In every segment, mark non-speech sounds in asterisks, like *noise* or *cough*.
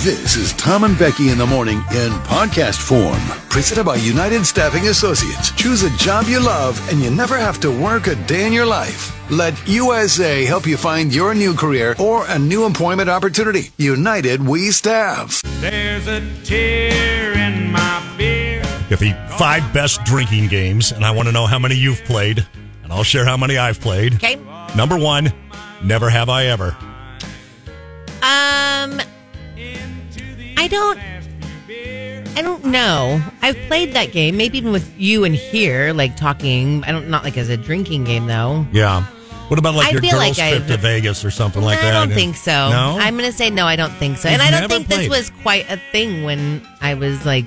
This is Tom and Becky in the morning in podcast form, presented by United Staffing Associates. Choose a job you love and you never have to work a day in your life. Let USA help you find your new career or a new employment opportunity. United We Staff. There's a tear in my beer. Got the five best drinking games, and I want to know how many you've played, and I'll share how many I've played. Okay. Number one, never have I ever. Um, I don't. I don't know. I've played that game, maybe even with you in here, like talking. I don't, not like as a drinking game though. Yeah. What about like I your feel girls like trip I've- to Vegas or something like I that? don't think so. No. I'm gonna say no. I don't think so. You've and I don't never think played. this was quite a thing when I was like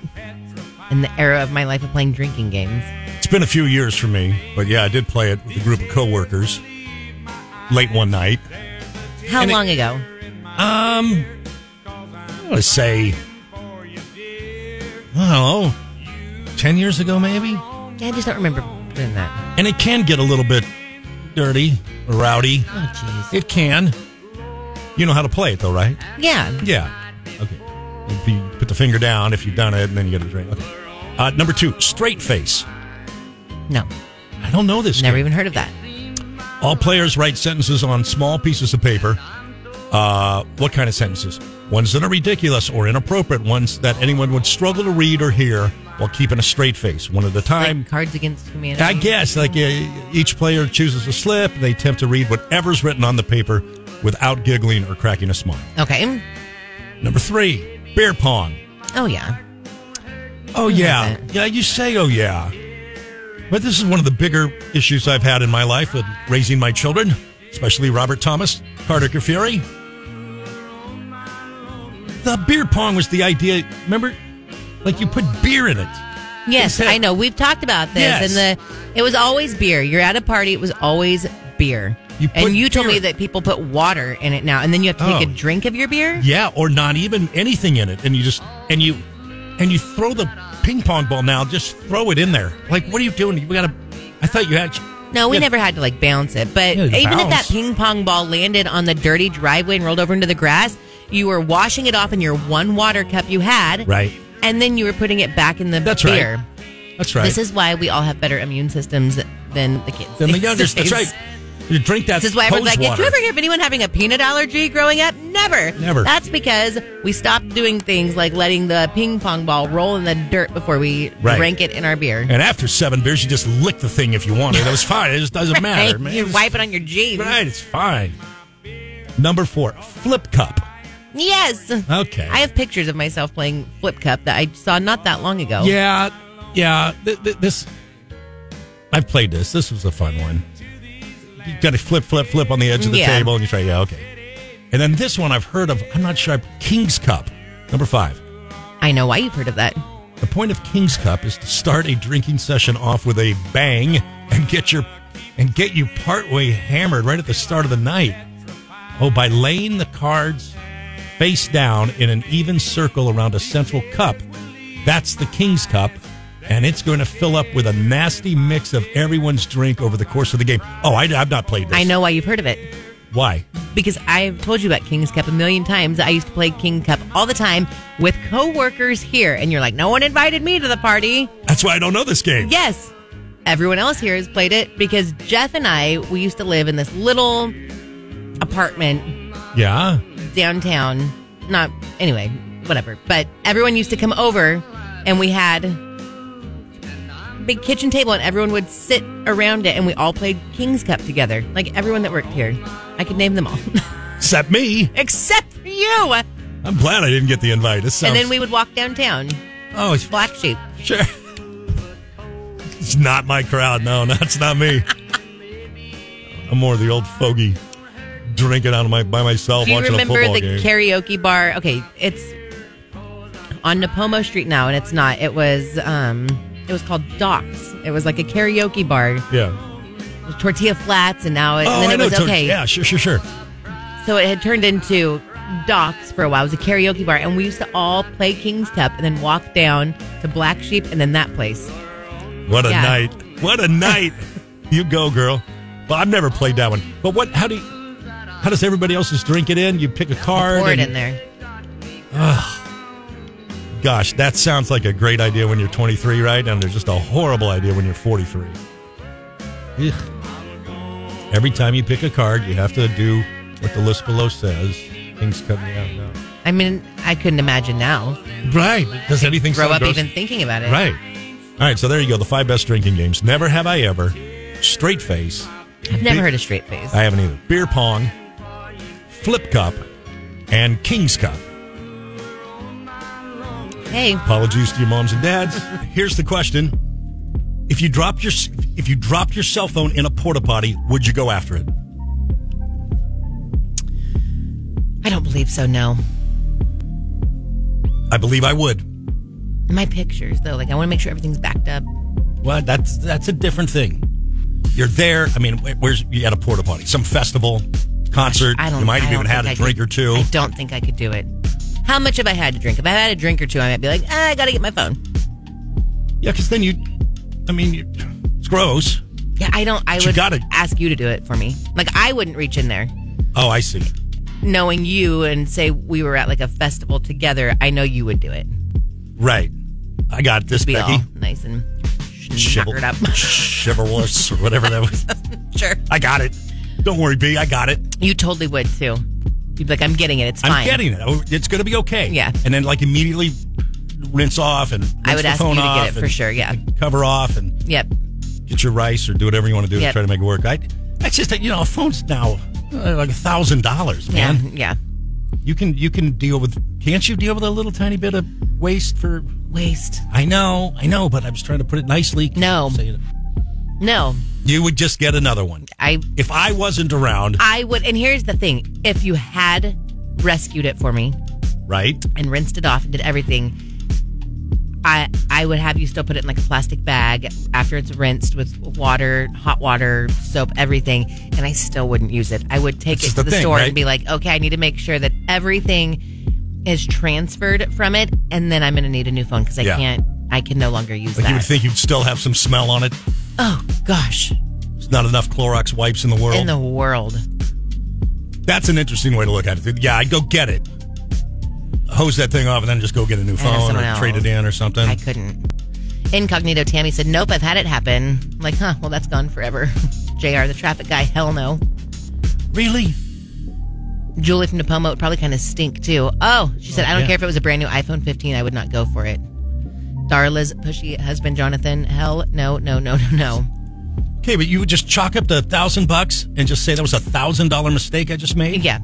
in the era of my life of playing drinking games. It's been a few years for me, but yeah, I did play it with a group of coworkers late one night. How And it- long ago? Um, I want to say, I don't know, 10 years ago maybe? I just don't remember doing that. And it can get a little bit dirty, rowdy. Oh It can. You know how to play it though, right? jeez. Yeah. Yeah. Okay. If you put the finger down if you've done it, and then you get a drink. Okay. Uh, number two, straight face. No. I don't know this. Never game. even heard of that. All players write sentences on small pieces of paper. Uh, what kind of sentences? Ones that are ridiculous or inappropriate, ones that anyone would struggle to read or hear while keeping a straight face, one at a Like time. Cards Against Humanity. I guess like uh, each player chooses a slip. They attempt to read whatever's written on the paper without giggling or cracking a smile. Okay. Number three, beer pong. Oh yeah. Oh yeah, yeah. You say oh yeah, but this is one of the bigger issues I've had in my life with raising my children, especially Robert Thomas, Carter Kafuri. The beer pong was the idea. Remember, like you put beer in it. Yes, I know. We've talked about this, Yes. and the it was always beer. You're at a party; it was always beer. You put and you told beer- me that people put water in it now, and then you have to take Oh. a drink of your beer. Yeah, or not even anything in it, and you just and you and you throw the ping pong ball now. Just throw it in there. Like what are you doing? We gotta. I thought you had. No, we Yeah. never had to like bounce it, but Yeah, even if that bounce. ping pong ball landed on the dirty driveway and rolled over into the grass, you were washing it off in your one water cup you had, Right. And then you were putting it back in the That's right. beer. That's right. This is why we all have better immune systems than the kids. then the youngest. That's these right. days. You drink that. This is why everyone's hose like, did water. you ever hear of anyone having a peanut allergy growing up? Never. Never. That's because we stopped doing things like letting the ping pong ball roll in the dirt before we Right. drank it in our beer. And after seven beers, you just lick the thing if you wanted. It was fine. It just doesn't matter, Right? man. You It's- wipe it on your jeans. Right, it's fine. Number four, flip cup. Yes. Okay. I have pictures of myself playing Flip Cup that I saw not that long ago. Yeah, yeah. Th- th- this, I've played this. This was a fun one. You got to flip, flip, flip on the edge of the Yeah. table, and you try, yeah, okay. And then this one I've heard of. I'm not sure. I've- King's Cup, number five. I know why you've heard of that. The point of King's Cup is to start a drinking session off with a bang and get your and get you partway hammered right at the start of the night. Oh, by laying the cards face down in an even circle around a central cup. That's the King's Cup, and it's going to fill up with a nasty mix of everyone's drink over the course of the game. Oh, I, I've not played this. I know why you've heard of it. why. Because I've told you about King's Cup a million times. I used to play King Cup all the time with coworkers here. And you're like, no one invited me to the party. That's why I don't know this game. Yes. Everyone else here has played it because Jeff and I, we used to live in this little apartment Yeah. downtown. Not, anyway, whatever. But everyone used to come over and we had a big kitchen table and everyone would sit around it and we all played King's Cup together. Like everyone that worked here. I could name them all *laughs* Except me. except for you. I'm glad I didn't get the invite. This And sounds, then we would walk downtown. oh, it's Black sheep. Sure. It's not my crowd. No, *laughs* that's not me. I'm more the old fogey, drinking out of my by myself, Do you watching a remember football the game. karaoke bar? Okay, it's on Napomo Street now, and it's not. It was um, it was called Docks. It was like a karaoke bar, yeah. with tortilla flats, and now it, Oh, and then I it know. was Tony. okay. Yeah, sure, sure, sure. So it had turned into Docks for a while. It was a karaoke bar, and we used to all play King's Cup and then walk down to Black Sheep and then that place. What a Yeah. night! What a *laughs* night! you go, girl. Well, I've never played that one. But what? How do? You, how does everybody else's drink it in? You pick a card. Pour it and- in there. Gosh, that sounds like a great idea when you're 23, right? And there's just a horrible idea when you're 43. Ugh. Every time you pick a card, you have to do what the list below says. Things cut me out now. I mean, I couldn't imagine now. Right. Does anything Grow sound up gross? even thinking about it. Right. All right, so there you go. The five best drinking games. Never have I ever. Straight face. I've never heard a straight face. I haven't either. Beer pong, flip cup, and king's cup. Hey, Apologies to your moms and dads. Here's the question: If you dropped your if you dropped your cell phone in a porta potty, would you go after it? I don't believe so. No, I believe I would. my pictures though. Like, I want to make sure everything's backed up. Well, that's that's a different thing. You're there. I mean, wh- where's you at a porta potty? Some festival, concert. I don't. You might I have don't even had a think I drink could- or two. I don't think I could do it. How much have I had to drink? If I had a drink or two, I might be like, ah, I gotta get my phone. Yeah, because then you. I mean, you, it's gross. Yeah, I don't. I But you would gotta- ask you to do it for me. Like, I wouldn't reach in there, Oh, I see. knowing you, and say we were at like a festival together. I know you would do it. Right. I got this, Be Becky. all nice and Chival- *laughs* knackered up. chivalrous or whatever that was. *laughs* sure, I got it. Don't worry, B. I got it. you totally would too. You'd be like, I'm getting it. It's fine. I'm getting it. Oh, It's going to be okay. Yeah. And then like immediately rinse off and I rinse would the ask phone you to off get it for and sure. Yeah. Cover off and Yep. get your rice or do whatever you want to do to Yep. try to make it work. I. That's just that you know a phone's now uh, like a thousand dollars, Yeah. man. Yeah. You can you can deal with. Can't you deal with a little tiny bit of waste for? Waste. I know, I know, but I was trying to put it nicely. No. Say it. No, you would just get another one. I If I wasn't around, I would. And here's the thing: if you had rescued it for me right? and rinsed it off and did everything, I I would have you still put it in like a plastic bag after it's rinsed with water, hot water, soap, everything, and I still wouldn't use it. I would take This is it to the the thing, store right? and be like, okay, I need to make sure that everything is transferred from it, and then I'm going to need a new phone because I Yeah. can't. I can no longer use Like that. you would think you'd still have some smell on it. oh gosh, There's not enough Clorox wipes in the world. in the world. That's an interesting way to look at it. Yeah, I'd go get it, hose that thing off, and then just go get a new phone or someone trade else. it in or something. I couldn't. Incognito Tammy said, Nope, I've had it happen. I'm like, huh, well, that's gone forever. *laughs* JR, the traffic guy, hell no. really? Julie from Napomo would probably kind of stink too. Oh, she said, I don't yeah. care if it was a brand new iPhone 15, I would not go for it. Darla's pushy husband, Jonathan, hell no, no, no, no, no. Okay, but you would just chalk up the thousand bucks and just say that was a thousand dollar mistake I just made. Yeah.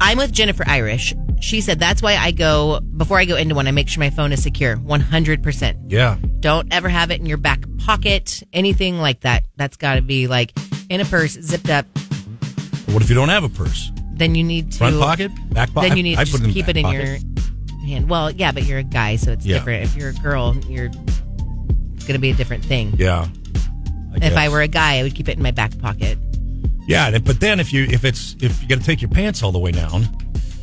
I'm with Jennifer Irish. She said, That's why I go, before I go into one, I make sure my phone is secure 100%. Yeah. Don't ever have it in your back pocket, anything like that. That's got to be like in a purse, zipped up, What if you don't have a purse? then you need to Front pocket, back pocket. Then you need I to put just in keep back it in pocket. your hand. Well, yeah, but you're a guy, so it's Yeah. different. If you're a girl, you're it's gonna be a different thing. Yeah. if I guess. were a guy, I would keep it in my back pocket. Yeah, and- but then if you if it's if you got to take your pants all the way down,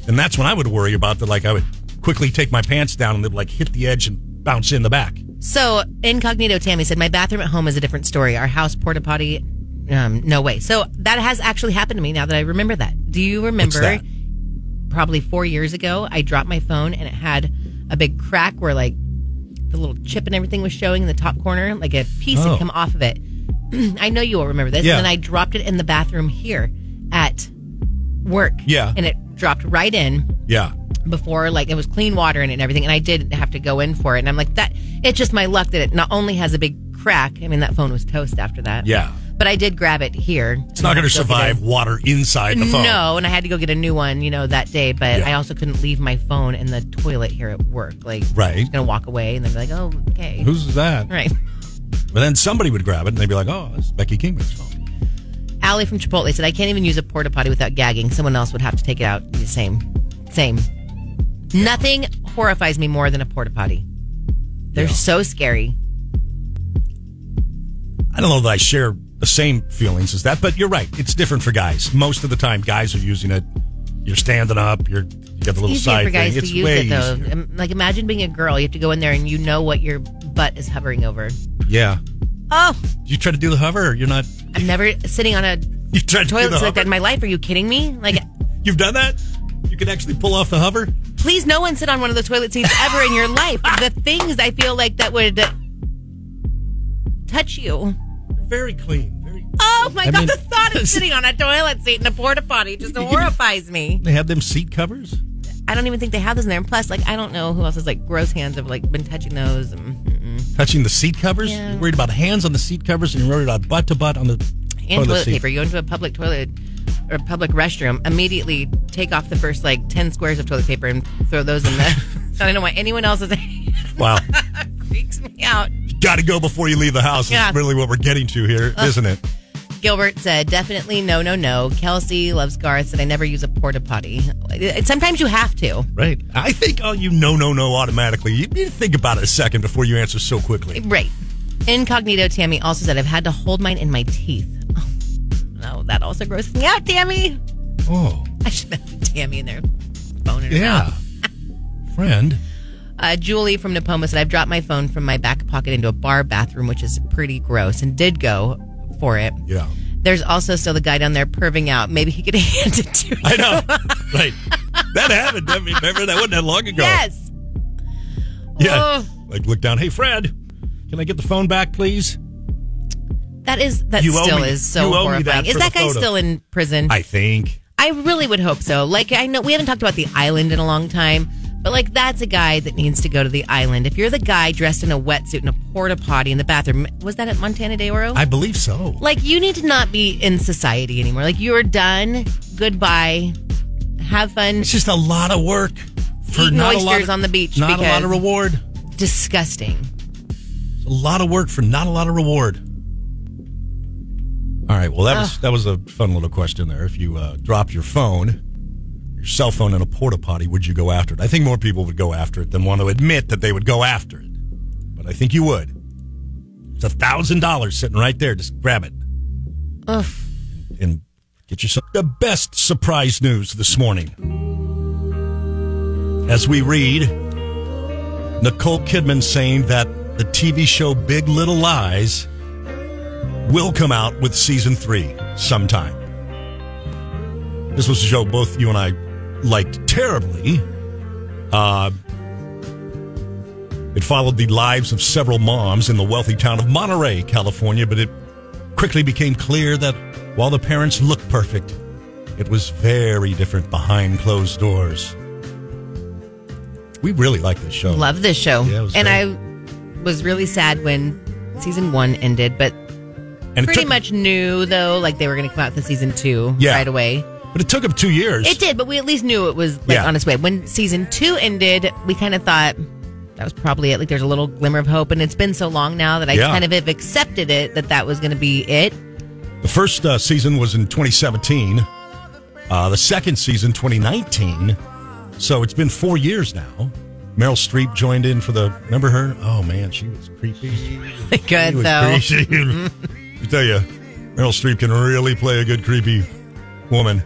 then that's when I would worry about that. Like I would quickly take my pants down and they'd like hit the edge and bounce in the back. So incognito Tammy said, my bathroom at home is a different story. Our house porta potty, um, no way. So that has actually happened to me now that I remember that. Do you remember? that? Probably four years ago, I dropped my phone and it had a big crack where like the little chip and everything was showing in the top corner, like a piece Oh. had come off of it. *clears throat* I know you will remember this. Yeah. And then I dropped it in the bathroom here at work. Yeah. And it dropped right in Yeah, before like it was clean water in it and everything and i did have to go in for it and i'm like that it's just my luck that it not only has a big crack i mean that phone was toast after that yeah. but i did grab it here It's not going to survive water inside the phone. no and i had to go get a new one you know that day but Yeah. i also couldn't leave my phone in the toilet here at work like Right. i was gonna walk away and then be like oh okay Who's that? right *laughs* But then somebody would grab it and they'd be like, "Oh, it's Becky Kingman's phone." Allie from Chipotle said, I can't even use a porta potty without gagging. Someone else would have to take it out. The same. Same. Nothing horrifies me more than a porta potty. They're Yeah. so scary. I don't know that I share the same feelings as that, but you're right. It's different for guys. Most of the time, guys are using it. You're standing up. You're you got the little easier side for guys thing. to it's use way it though. easier. Um, Like imagine being a girl, you have to go in there and you know what your butt is hovering over. Yeah. Oh, You try to do the hover, or you're not. I'm never sitting on a *laughs* You try to do the toilet hover. like that in my life. Are you kidding me? Like You've done that? You can actually pull off the hover? Please, no one sit on one of those toilet seats ever in your life. The things I feel like that would touch you. Very clean. Very. Oh my I god, mean- the thought *laughs* of sitting on a toilet seat in a porta potty just horrifies me. They have them seat covers. I don't even think they have those in there. And plus, like, I don't know who else has like gross hands have like been touching those. Mm-hmm. Mm-mm. Touching the seat covers. Yeah. You're worried about hands on the seat covers, and you're worried about butt to butt on the And toilet toilet seat. paper. You go into a public toilet or a public restroom, immediately take off the first like ten squares of toilet paper and throw those in the. *laughs* I don't want anyone else's. *laughs* Wow. freaks me out. Got to go before you leave the house. Yeah. Is really what we're getting to here, not it? Gilbert said, definitely no, no, no. Kelsey loves Garth, said, I never use a porta potty. Uh, Sometimes you have to. Right. I think all you no, no, no automatically. You need to think about it a second before you answer so quickly. Right. Incognito Tammy also said, I've had to hold mine in my teeth. *laughs* Oh, no, that also grosses me out, Tammy. Oh, I should have Tammy in there phoning her yeah. out. Friend. Uh, Julie from Napoma said, I've dropped my phone from my back pocket into a bar bathroom, which is pretty gross, and did go for it. Yeah. There's also still the guy down there perving out. Maybe he could *laughs* hand it to you. I know. *laughs* right. That happened. I mean, remember that wasn't that long ago. Yes. Yeah. Oh. Like look down. Hey, Fred. Can I get the phone back, please? That is that You owe still me- is so you owe me horrifying. that Is for that the guy photo. still in prison? I, I think. really would hope so. Like I know we haven't talked about the island in a long time, but like that's a guy that needs to go to the island. If you're the guy dressed in a wetsuit and a porta potty in the bathroom, was that at Montana De Oro? I believe so. like you need to not be in society anymore. Like you're done. Goodbye. Have fun. It's just a lot of work for Eating not a lot oysters of, on the beach Not a lot because- of reward. Disgusting. It's a lot of work for not a lot of reward. All right. Well, that was that was a fun little question there. If you uh, dropped your phone, your cell phone in a porta potty, would you go after it? I think more people would go after it than want to admit that they would go after it. But I think you would. It's a thousand dollars sitting right there. Just grab it Ugh. and get yourself the best surprise news this morning. As we read, Nicole Kidman saying that the TV show Big Little Lies will come out with season three sometime. This was a show both you and I liked terribly. Uh, it followed the lives of several moms in the wealthy town of Monterey, California, but it quickly became clear that while the parents looked perfect, it was very different behind closed doors. We really like this show. Love this show. Yeah, it was and great. I was really sad when season one ended, but and it pretty took- much knew though, like they were going to come out with season two Yeah. right away. But it took him two years. It did, but we at least knew it was like Yeah. on its way. When season two ended, we kind of thought that was probably it. Like there's a little glimmer of hope, and it's been so long now that I Yeah. kind of have accepted it that that was going to be it. *laughs* The first uh, season was in 2017. Uh, the second season, 2019. So it's been four years now. Meryl Streep joined in for the. Remember her? Oh man, she was creepy. Good She was though. creepy. *laughs* I tell you, Meryl Streep can really play a good creepy woman.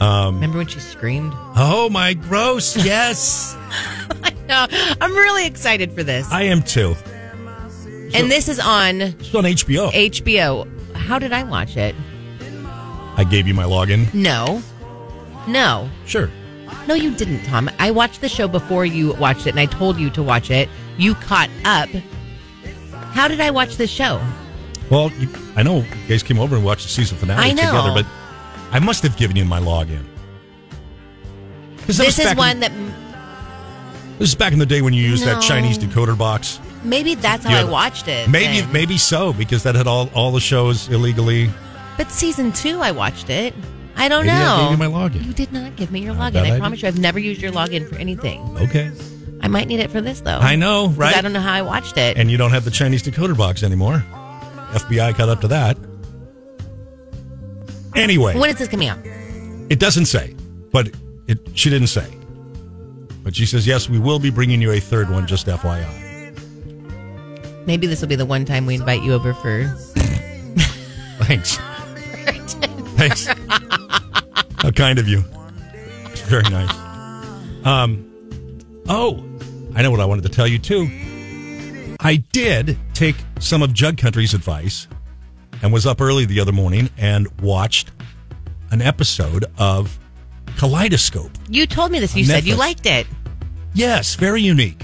Remember when she screamed? Oh my gross! Yes, No, I'm really excited for *laughs* this, I am too. and this is on It's on HBO. HBO. How did I watch it? I gave you my login. No, no. Sure. No, you didn't, Tom. I watched the show before you watched it, and I told you to watch it. You caught up. How did I watch this show? Well, you, I know you guys came over and watched the season finale I know. together, but I must have given you my login. 'Cause that was This is back one In, that this is back in the day when you used that No. Chinese decoder box. maybe that's how Yeah, I but- watched it. Maybe, then. maybe so because that had all all the shows illegally. But season two, I watched it. I don't Maybe I know. gave you my login. You did not give me your I login. bet I I, did. promise you, I've never used your login for anything. Okay, I might need it for this though. I know, 'Cause right? Oh. I don't know how I watched it. and you don't have the Chinese decoder box anymore. FBI caught up to that. Anyway, when is this coming out? It doesn't say, but it she didn't say. But she says, yes, we will be bringing you a third one, just FYI. Maybe this will be the one time we invite you over for. Thanks. Thanks. How kind of you. It's very nice. Um, oh, I know what I wanted to tell you too. I did take some of Jug Country's advice and was up early the other morning and watched an episode of Kaleidoscope. You told me this. You On said you Netflix. liked it. Yes, very unique.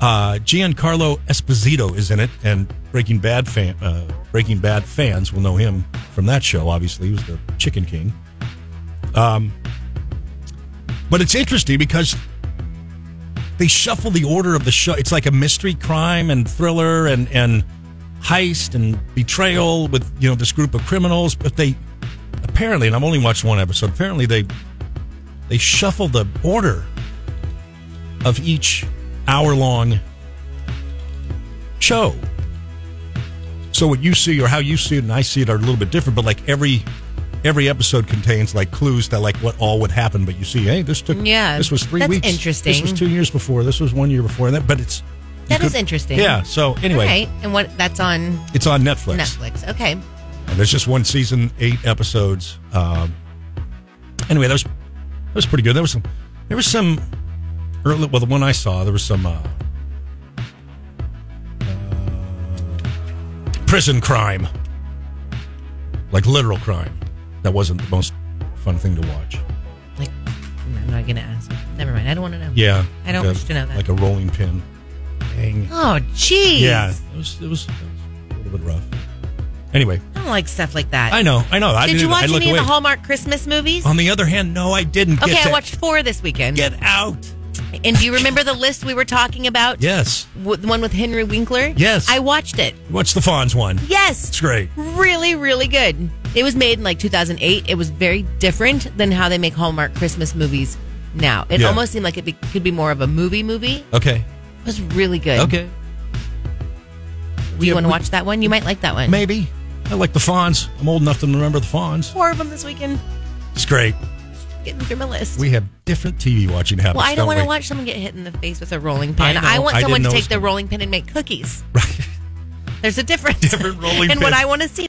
Uh, Giancarlo Esposito is in it, and Breaking Bad fan, uh, Breaking Bad fans will know him from that show. Obviously, he was the Chicken King. Um, but it's interesting because they shuffle the order of the show. It's like a mystery crime and thriller and and heist and betrayal with you know this group of criminals. But they apparently, and I've only watched one episode. Apparently, they they shuffle the order of each hour long show. So what you see or how you see it and I see it are a little bit different, but like every every episode contains like clues that like what all would happen, but you see, hey, this took Yeah, this was three that's weeks. This interesting. was two years before, this was one year before, and that but it's you That is could- interesting. Yeah. So anyway, Okay. And what? That's on it's on Netflix. Netflix. Okay. And there's just one season, eight episodes. Um, anyway, that was that was pretty good. There was some there was some early well the one I saw there was some uh, uh, uh, prison crime, like literal crime. That wasn't the most fun thing to watch. Like, I'm not gonna ask. Never mind. I don't want to know. Yeah, I don't like a- wish to know that. Like a rolling pin. Dang. Oh, jeez. Yeah, it was, it was it was a little bit rough. Anyway, I don't like stuff like that. I know, I know. I Did didn't you even- I watch looked any of the away. Um, Hallmark Christmas movies? On the other hand, no, I didn't. okay, get I that. watched four this weekend. Get out. And do you remember the list we were talking about? Yes. W- the one with Henry Winkler? Yes. I watched it. What's the Fonz one? Yes. It's great. Really, really good. It was made in like 2008. It was very different than how they make Hallmark Christmas movies now. It Yeah. almost seemed like it be- could be more of a movie movie. Okay. It was really good. Okay. Do you Yeah, want to we- watch that one? You might like that one. Maybe. I like the Fonz. I'm old enough to remember the Fonz. Four of them this weekend. It's great. Getting through my list. We have different TV watching habits. well, I don't don't want to we? watch someone get hit in the face with a rolling pin. I know. I, want I someone didn't know to it take was their gonna- rolling pin and make cookies. *laughs* Right. There's a *laughs* difference. Different rolling *laughs* And what pin. I want to see